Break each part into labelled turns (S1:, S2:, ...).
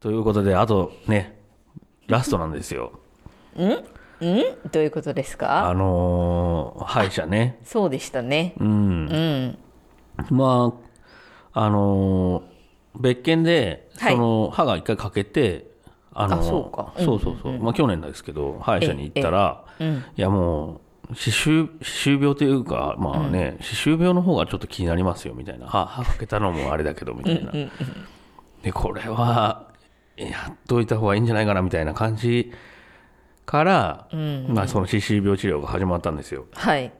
S1: ということで、あとね、ラストなんですよ。
S2: うんどういうことですか
S1: あのー歯医者ね。
S2: そうでしたね
S1: うん。
S2: うん
S1: まあ、あのー別件で、
S2: はい
S1: その歯が一回欠けて、あのー
S2: あそうかうん
S1: そうそうそう。まあ、去年ですけど、歯医者に行ったら、
S2: うん
S1: いやもう、歯周、歯周病というか、まあね、歯周病の方がちょっと気になりますよ、みたいな。歯、歯欠けたのもあれだけど、みたいな。で、これは、やっといた方がいいんじゃないかな、みたいな感じから、まあ、その歯周病治療が始まったんですよ。
S2: はい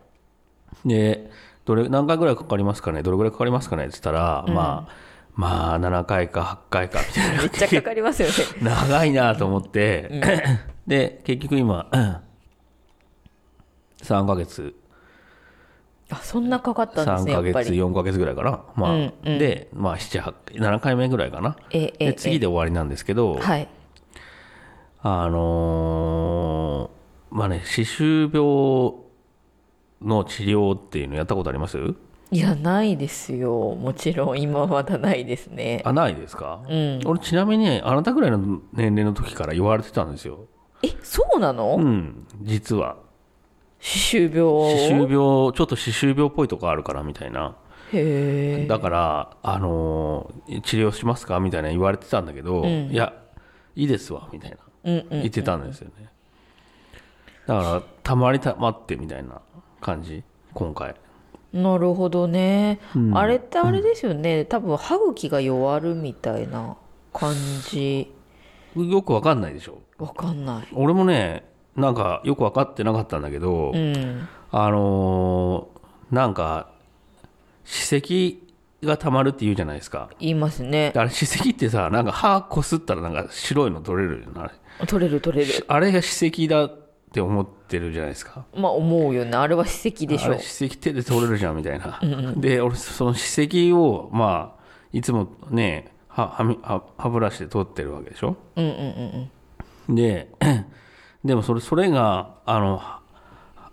S1: で、どれ、何回ぐらいかかりますかねどれぐらいかかりますかねって言ったら、まあ、まあ、7回か8回か、みたいな。
S2: めっちゃかかりますよね
S1: 長いなと思って、 で結局今3ヶ月
S2: あそんなかかった
S1: 3
S2: んですねや
S1: ヶ
S2: っぱ
S1: 月
S2: り
S1: 4ヶ月ぐらいかな、まあで、まあ、787回目ぐらいかな
S2: ええ
S1: で次で終わりなんですけど、
S2: はい
S1: あのーまあね歯周病の治療っていうのやったことあります
S2: いやないですよもちろん今はまだないですね
S1: あないですか、
S2: うん
S1: 俺ちなみにあなたぐらいの年齢の時から言われてたんですよ
S2: えそうなの、
S1: うん実は
S2: 歯周病
S1: 歯周病ちょっと歯周病っぽいとこあるからみたいな
S2: へえ
S1: だから、あのー治療しますかみたいな言われてたんだけど、いやいいですわみたいな
S2: うんうん
S1: 言ってたんですよね、だからたまりたまってみたいな感じ今回
S2: なるほどね、あれってあれですよね、多分歯茎が弱るみたいな感じ
S1: よくわかんないでしょ
S2: わかんない
S1: 俺もねなんかよく分かってなかったんだけど、
S2: うん
S1: あのーなんか歯石がたまるって言うじゃないですか
S2: 言いますね
S1: あれ歯石ってさなんか歯こすったらなんか白いの取れるよなあれ
S2: 取れる取れる
S1: あれが歯石だって思ってるじゃないですか。
S2: まあ思うよねあれは歯石でし
S1: あ
S2: ょ
S1: れ歯石手で取れるじゃんみたいな。で、俺、その歯石を、まあ、いつもね、は歯み歯歯ブラシで取ってるわけでしょ。
S2: うんうんうん
S1: で、 でもそれ、それが、あの、は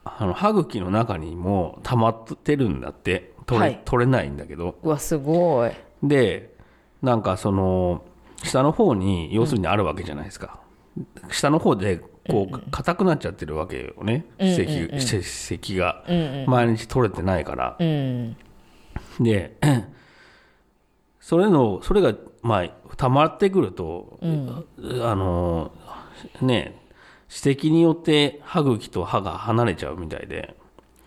S1: あの歯茎の中にも溜まってるんだって。取れ,、
S2: はい
S1: 取れないんだけど。
S2: うんうわすごい
S1: で、なんかその、下の方に、要するにあるわけじゃないですか。下の方で、こう、硬くなっちゃってるわけよね。歯石、歯石が。
S2: うん
S1: 毎日取れてないから。
S2: うんうん
S1: で、 それの、それが、まあ、溜まってくると、あの、ね、指摘によって歯茎と歯が離れちゃうみたいで、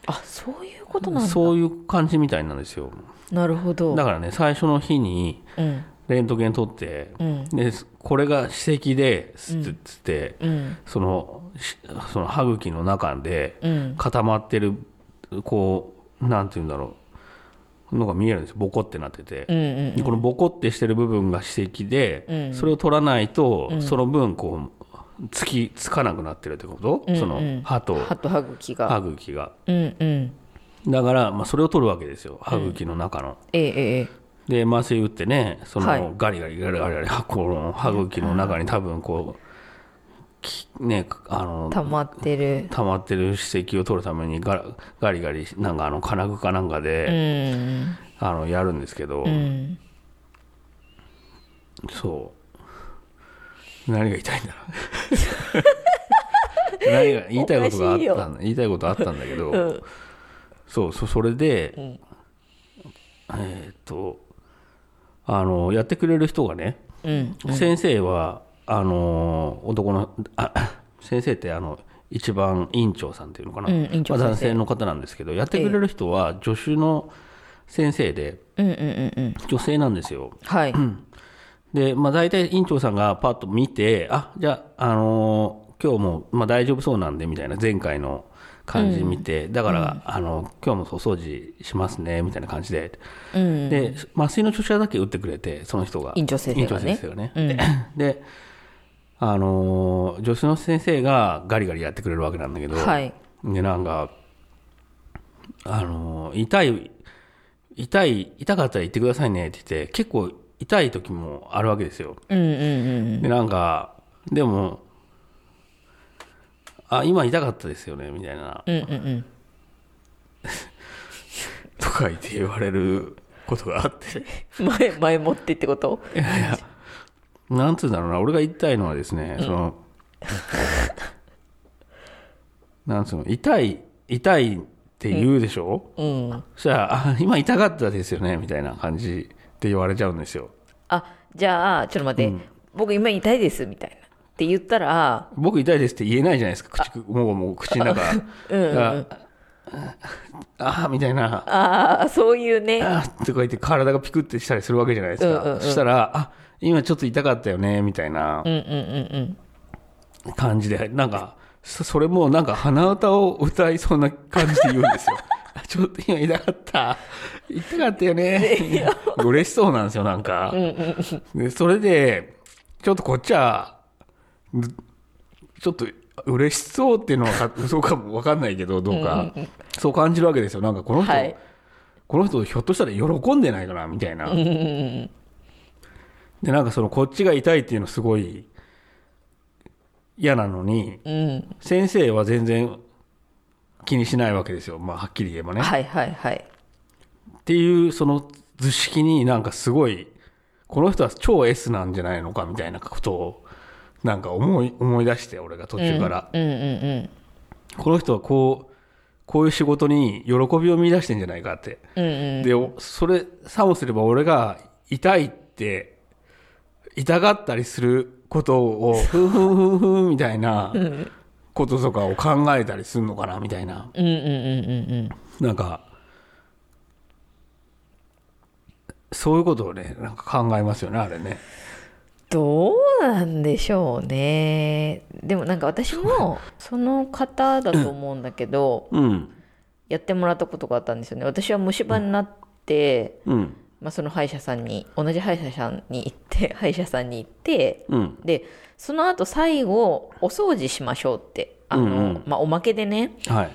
S2: あそういうことなんだ
S1: そういう感じみたいなんですよ。
S2: なるほど
S1: だからね、最初の日に
S2: うん
S1: レントゲン取って、
S2: うん
S1: でこれが指摘ですってつって、
S2: うん
S1: そのしその歯茎の中で
S2: うん
S1: 固まってるこうなんて言うんだろうのが見えるんですよボコってなってて
S2: うんう、ん
S1: このボコってしてる部分が歯石で、
S2: うん
S1: それを取らないと、その分こうつきつかなくなってるってこと、
S2: うんうん
S1: その歯と
S2: 歯と歯茎が
S1: 歯茎が
S2: うんうん
S1: だから、まあ、それを取るわけですよ歯茎の中の、
S2: ええええ
S1: で麻酔打ってねその、
S2: はい
S1: ガリガリガリガリガリはこの歯茎の中に多分こうきねあの
S2: 溜まってる
S1: 溜まってる歯石を取るためにガラガリガリなんかあの金具かなんか
S2: う
S1: で、
S2: ん
S1: あのやるんですけど、
S2: うん
S1: そう何が言いたいんだろう何が言いたいことがあ
S2: おかしい
S1: った
S2: よ
S1: んだ言いたいことあったんだけど、
S2: うん
S1: そうそそれで、
S2: ん
S1: えーっとあのやってくれる人がね、
S2: うん
S1: 先生はあの男のあ 先生ってあの一番院長さんっていうのかな、
S2: うん院長
S1: まあ
S2: 先生
S1: 男性の方なんですけどやってくれる人は助手の先生で
S2: うんうんうんうん
S1: 女性なんですよ。
S2: はい
S1: で、まあ、大体院長さんがパッと見て、あじゃあ、あのー今日も、まあ、大丈夫そうなんでみたいな、前回の感じ見て、だから、あの今日もお掃除しますねみたいな感じで、
S2: うん
S1: で麻酔の注射だけ打ってくれて、その人が、
S2: 院長先生がね
S1: 院長でであのー助手の先生がガリガリやってくれるわけなんだけど、
S2: はい
S1: でなんかあの痛い痛い痛かったら言ってくださいねって言って結構痛い時もあるわけですよ
S2: うんうんうん
S1: でなんかでもあ今痛かったですよねみたいな
S2: うんうんうん
S1: とか言って言われることがあって
S2: 前前もってってこと
S1: いやいやなんつうんだろうな俺が言いたいのはですね、そのなんつうの痛い痛いって言うでしょ、
S2: うん
S1: そしたらあ「今痛かったですよね」みたいな感じって言われちゃうんですよ
S2: あじゃあちょっと待って、僕今痛いですみたいなって言ったら
S1: 僕痛いですって言えないじゃないですか口くもうもう口の中
S2: うんうん
S1: あああみたいな
S2: ああそういうね
S1: あーとか言って体がピクってしたりするわけじゃないですか、
S2: うんうんうん
S1: そしたら「あ今ちょっと痛かったよね」みたいな
S2: うんうんうん
S1: 感じでなんかそそれもなんか鼻歌を歌いそうな感じで言うんですよ あちょっと今痛かった痛かったよね嬉しそうなんですよなんか、でそれでちょっとこっちはずちょっと嬉しそうっていうのはか嘘かも分かんないけどどうか、そう感じるわけですよなんかこの人、
S2: はい
S1: この人ひょっとしたら喜んでないかなみたいな、でなんかそのこっちが痛いっていうのすごい嫌なのに
S2: うんうん
S1: 先生は全然気にしないわけですよ、まあ、はっきり言えばね。
S2: はいはいはい
S1: っていうその図式になんかすごいこの人は超 S なんじゃないのかみたいなことをなんか思い思い出して俺が途中から、
S2: うんうんうん
S1: この人はこうこういう仕事に喜びを見出してんじゃないかって。
S2: うんうん
S1: でおそれさもすれば俺が痛いって痛がったりすることを ふんふんふんふんみたいなこととかを考えたりするのかなみたいな
S2: うんうんうんうんうん
S1: なんかそういうことをねなんか考えますよねあれね
S2: どうなんでしょうねでもなんか私 もその方だと思うんだけど
S1: うん
S2: やってもらったことがあったんですよね私は虫歯になって、
S1: うん
S2: まあ、その歯医者さんに同じ歯医者さんに行って 歯医者さんに行って
S1: うん
S2: でその後最後お掃除しましょうってあの、
S1: うんうん
S2: まあ、おまけでね
S1: はい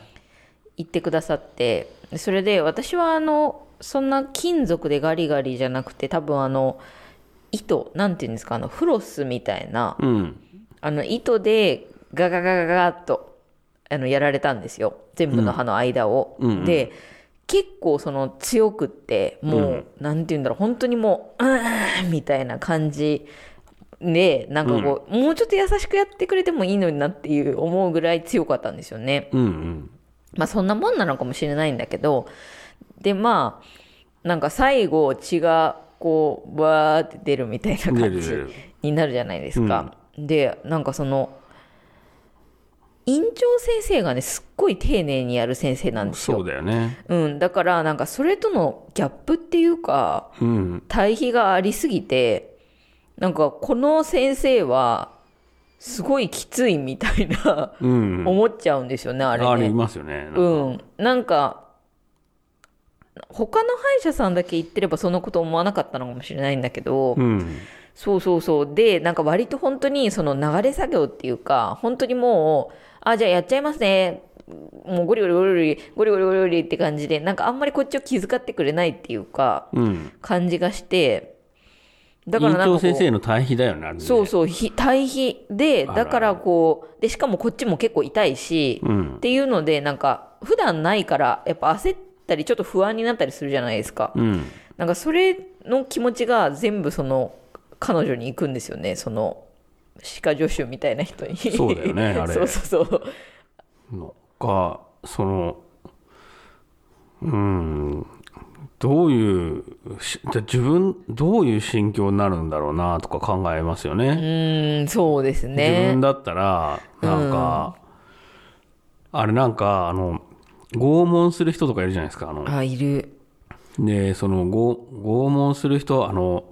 S2: 言ってくださってでそれで私はあのそんな金属でガリガリじゃなくて多分あの糸なんていうんですかあのフロスみたいな
S1: うん
S2: あの糸でガガガガガッとあのやられたんですよ全部の歯の間を。
S1: うんうん
S2: で結構その強くってもう、なんて言うんだろう本当にもう「うーん」みたいな感じでなんかこう、もうちょっと優しくやってくれてもいいのになっていう思うぐらい強かったんですよね。
S1: うんうん
S2: まあそんなもんなのかもしれないんだけどでまあなんか最後血がこうバーって出るみたいな
S1: 出
S2: 感
S1: る出
S2: じ
S1: る
S2: になるじゃないですか。でなんかその院長先生がねすっごい丁寧にやる先生なんです
S1: そう
S2: よ。
S1: だよね
S2: うん、だからなんかそれとのギャップっていうか
S1: うん
S2: 対比がありすぎてなんかこの先生はすごいきついみたいな
S1: うん
S2: 思っちゃうんですよねあ
S1: あ
S2: れ
S1: れ
S2: ね。
S1: いますよねなんか
S2: うん、なんか他の歯医者さんだけ行ってればそんなこと思わなかったのかもしれないんだけど、
S1: うん
S2: そうそうそうでなんか割と本当にその流れ作業っていうか本当にもうあじゃあやっちゃいますねもうゴリゴリゴリゴリゴリゴリゴリゴリって感じでなんかあんまりこっちを気遣ってくれないっていうか
S1: うん
S2: 感じがしてだから
S1: 院
S2: なんかこ
S1: 長
S2: う
S1: 先生の対比だよねあれね
S2: そうそうひ対比で
S1: あら
S2: だからこうでしかもこっちも結構痛いし、
S1: うん
S2: っていうのでなんか普段ないからやっぱ焦ったりちょっと不安になったりするじゃないですか、
S1: うん
S2: なんかそれの気持ちが全部その彼女に行くんですよねその歯科助手みたいな人に
S1: そうだよねあれ
S2: そうそうそう
S1: のがそのうんどういうしじゃあ自分どういう心境になるんだろうなとか考えますよ
S2: う
S1: ね。
S2: ーんそうです
S1: 自
S2: ね
S1: 分だったらなんか、あれなんかあの拷問する人とかいるじゃないですかあの
S2: あいる
S1: でその拷拷問する人あの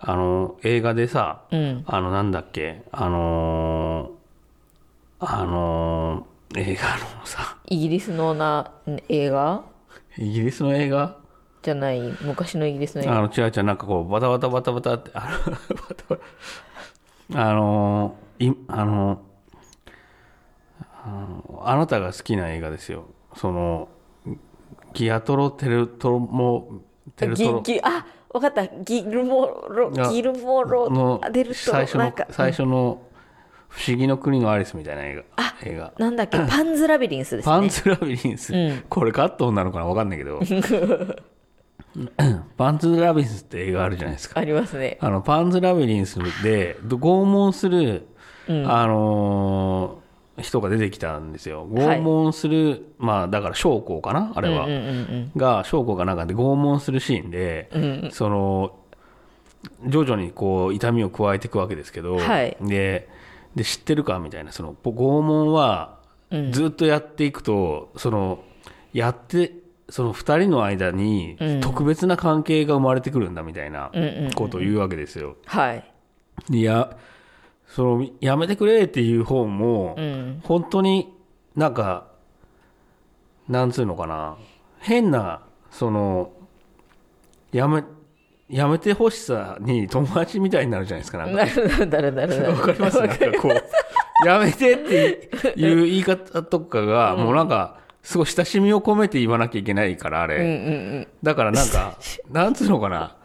S1: あの映画でさ
S2: うん
S1: あのなんだっけあのーあのー映画のさ
S2: イギリスのなん映画
S1: イギリスの映画
S2: じゃない昔のイギリスの映
S1: あ
S2: 画
S1: の違う違うなんかこうバタバタバタバタってあのバタバタあのいあのあのあなたが好きな映画ですよそのギアトロテルトロモテルトロ
S2: ギギあわかったギルモロ
S1: あ
S2: ギルモロ
S1: の
S2: あデルトロ
S1: 最初
S2: な
S1: の
S2: んか
S1: 最初の「不思議の国のアリス」みたいな映画映画
S2: なんだっけ パンズラビリンスですね
S1: パンツラビリンス、
S2: うん
S1: これカットなのかな分かんないけどあパンツラビリンスって映画あるじゃないですか
S2: ありますね
S1: あのパンツラビリンスでど拷問する、あのー人が出てきたんですよ
S2: はい
S1: 拷問する、まあだから将校かなあれは、
S2: うんうん
S1: が将校がなんかで拷問するシーンで、その徐々にこう痛みを加えていくわけですけど、
S2: はい
S1: でで知ってるかみたいなその拷問はずっとやっていくと、そのやってその2人の間に特別な関係が生まれてくるんだみたいなことを言うわけですよ。
S2: はい
S1: いやそのやめてくれっていう方も、
S2: うん
S1: 本当になんかなんつうのかな変なそのやめやめてほしさに友達みたいになるじゃないですかなんか
S2: なるなるなるなるなる
S1: わかりますなんかこうやめてっていう言い方とかが、もうなんかすごい親しみを込めて言わなきゃいけないからあれ、
S2: うんうん
S1: だからなんか なんつうのかな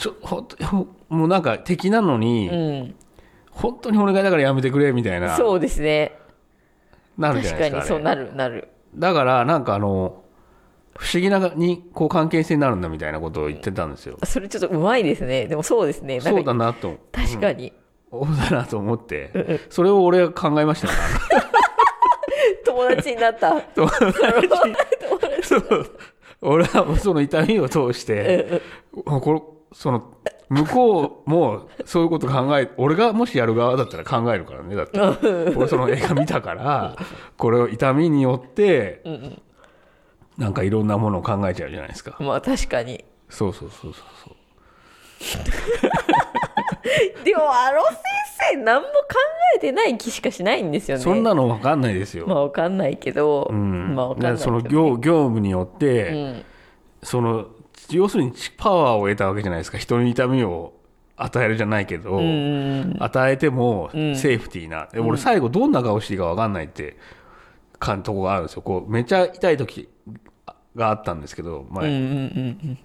S1: ちょほんとほもうなんか敵なのに、
S2: うんうん
S1: 本当にお願いだからやめてくれみたいな
S2: そうですね
S1: なるじゃ
S2: 確
S1: ないで
S2: か
S1: すか
S2: に
S1: あれ
S2: そうなるなる
S1: だからなんかあの不思議なにこう関係性になるんだみたいなことを言ってたんですよ。
S2: それちょっとうまいですねでもそうですねな
S1: そ
S2: ん
S1: う
S2: か
S1: だなと
S2: 確かに、
S1: そうだなと思ってそれを俺が考えましたから
S2: 友達になった
S1: 友達 そう俺はもうその痛みを通してこれその向こうもそういうこと考え俺がもしやる側だったら考えるからねだ って俺その映画見たからこれを痛みによってなんかいろんなものを考えちゃうじゃないですか。
S2: まあ確かに
S1: そうそうそうそうそう
S2: でもあの先生何も考えてない気しかしないんですよね
S1: そんなの分かんないですよ。
S2: まあわかんないけど、
S1: うん
S2: まあわかんない
S1: だからその
S2: けどね
S1: 業業務によって、
S2: ん
S1: その要するにパワーを得たわけじゃないですか人に痛みを与えるじゃないけど、
S2: うん
S1: 与えてもセーフティーな、で俺最後どんな顔していいか分かんないってかんとこがあるんですよこうめっちゃ痛い時があったんですけど前、
S2: うんうん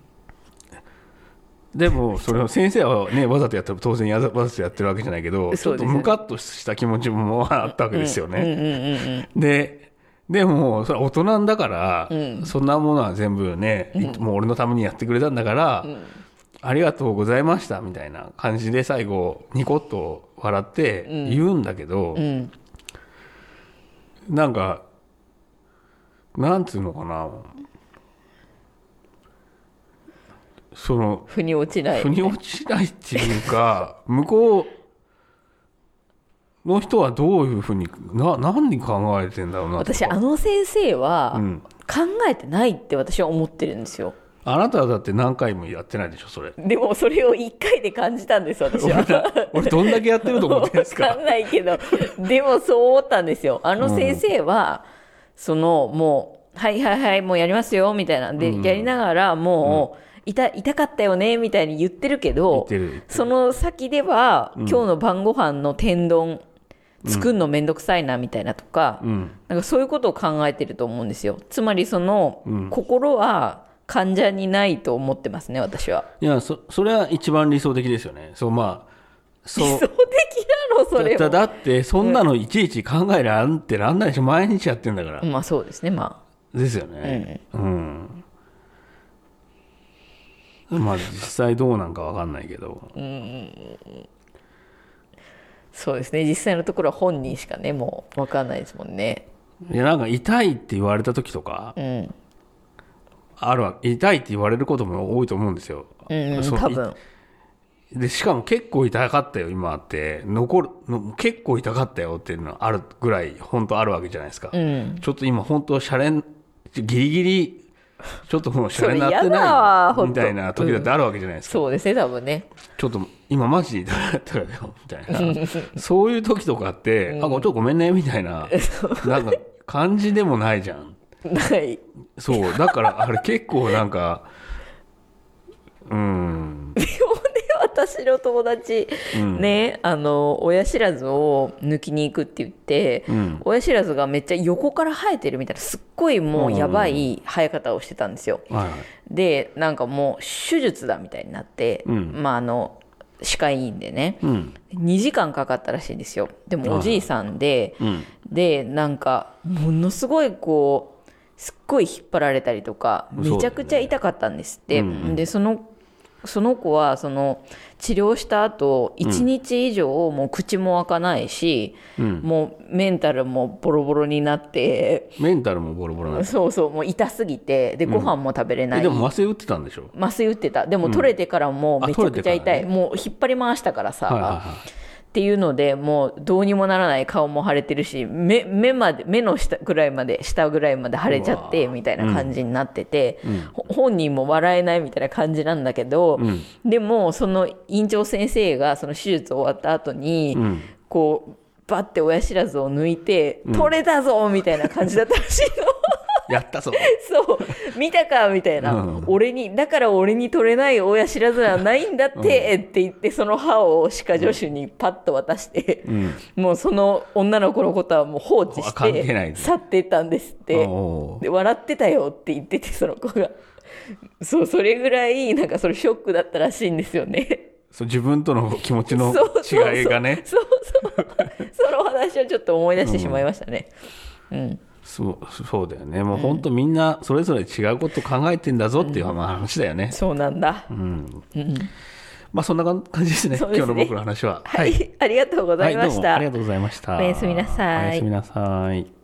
S1: でもそれを先生はねわざとやったら当然やざわざとやってるわけじゃないけど、ち
S2: そ
S1: ょ
S2: う
S1: っと
S2: ですよね
S1: ムカッとした気持ちもあったわけですよね。
S2: うんうんうん
S1: で、でも、それは大人だから、そんなものは全部ね、いもう俺のためにやってくれたんだから、ありがとうございましたみたいな感じで最後、ニコッと笑って言うんだけど、
S2: うんうん
S1: なんか、なんつうのかな、その、
S2: 腑に落ちない
S1: 腑に落ちないっていうか、 向こうの人はどういうふうに、な、何に考えてんだろうなとか
S2: 私あの先生は
S1: うん
S2: 考えてないって私は思ってるんですよ
S1: あなたはだって何回もやってないでしょ、それ。
S2: でもそれを一回で感じた んです私は
S1: 俺、どんだけやってると思ってるんです
S2: わ
S1: か
S2: かんないけど、でもそう思ったんですよ。あの先生は、そのもう、はいはいはい、もうやりますよみたいな。で、やりながら、もう、痛痛かったよねみたいに言ってるけ
S1: 言っ
S2: ど
S1: てる言ってる
S2: その先では、今日の晩ご飯の天丼作るのめんどくさいなみたいなとか、
S1: うん。
S2: なんかそういうことを考えてると思うんですよつまりその、
S1: うん
S2: 心は患者にないと思ってますね私は。
S1: いや、そ、それは一番理想的ですよね。そう、まあ、
S2: 理
S1: そ
S2: 想
S1: う。
S2: 的なのそれ
S1: だ
S2: は。
S1: だって、そんなのいちいち考えなんてなんないでしょ、毎日やってんだから。
S2: まあそうですねまあ。
S1: ですよね。うん。まあ、実際どうなんかわかんないけど。
S2: そうですね実際のところは本人しかねもう分かんないですもんね
S1: いや、なんか痛いって言われた時とか、
S2: うん、
S1: あるわ痛いって言われることも多いと思うんですよ。
S2: うんうん、
S1: そう
S2: 多分
S1: でしかも結構痛かったよ今って残るの結構痛かったよっていうのあるぐらい本当あるわけじゃないですか、
S2: うん
S1: ちょっと今本当シャレンギリギリちょっともうシャレになって
S2: それ嫌だわ
S1: な
S2: ほ
S1: い
S2: ん
S1: み
S2: と
S1: たいな時だってあるわけじゃないですか、
S2: そうですね多分ね
S1: ちょっと今マジで痛かったよみたいな そういう時とかって、あちょっとごめんねみたいななんか感じでもないじゃん
S2: ない
S1: そうだからあれ結構なんかうん
S2: 私の友達、ねあの親知らずを抜きに行くって言って、
S1: うん
S2: 親知らずがめっちゃ横から生えてるみたいなすっごいもうやばい生え方をしてたんですよ、
S1: はいはい
S2: でなんかもう手術だみたいになって、
S1: うん
S2: まああの歯科医院でね、
S1: うん
S2: 2時間かかったらしいんですよでもおじいさんで、
S1: うん
S2: でなんかものすごいこうすっごい引っ張られたりとか
S1: そうだよね
S2: めちゃくちゃ痛かったんですって、
S1: うんうん
S2: でそのその子はその治療した後1日以上もう口も開かないし、
S1: うん
S2: もうメンタルもボロボロになって、
S1: メンタルもボロボロなんです
S2: そうそうもう痛すぎてでご飯も食べれない、
S1: えでも麻酔打ってたんでしょ
S2: 麻酔打ってたでも取れてからもうめちゃくちゃ
S1: あ取れてか
S2: 痛
S1: ら
S2: い、
S1: ね
S2: もう引っ張り回したからさ、
S1: はいはいは
S2: っていうのでもうどうにもならない顔も腫れてるし目目まで目の下ぐらいまで下ぐらいまで腫れちゃってみたいな感じになってて、ほ本人も笑えないみたいな感じなんだけど、でもその院長先生がその手術終わった後に、
S1: ん
S2: こうバッて親知らずを抜いて「取れたぞ!」みたいな感じだったらしいの。
S1: いやったぞ
S2: そう見たかみたいな、
S1: うん
S2: 俺にだから俺に取れない親知らずはないんだって、って言ってその歯を歯科助手にパッと渡して、
S1: ん
S2: もうその女の子のことはもう放置
S1: あ関係
S2: し
S1: ない
S2: て去ってったんですって
S1: おー
S2: で笑ってたよって言っててその子がそうそれぐらいなんかそれショックだったらしいんですよね
S1: そう自分との気持ちの
S2: そうそうそう
S1: 違いがね
S2: そうそうその話をちょっと思い出してしまいましたね、うん、
S1: そうそうだよねもう本当みんなそれぞれ違うこと考えてんだぞっていうまあ話だよね、
S2: そうなんだ、
S1: まあそんな感じですね
S2: そうです
S1: 今
S2: ね
S1: 日の僕の話は
S2: はい、ありがとうござ
S1: はいいど
S2: ま
S1: う
S2: し
S1: も
S2: た、
S1: ありがとうございました
S2: おやすみなさい
S1: おやすみなさい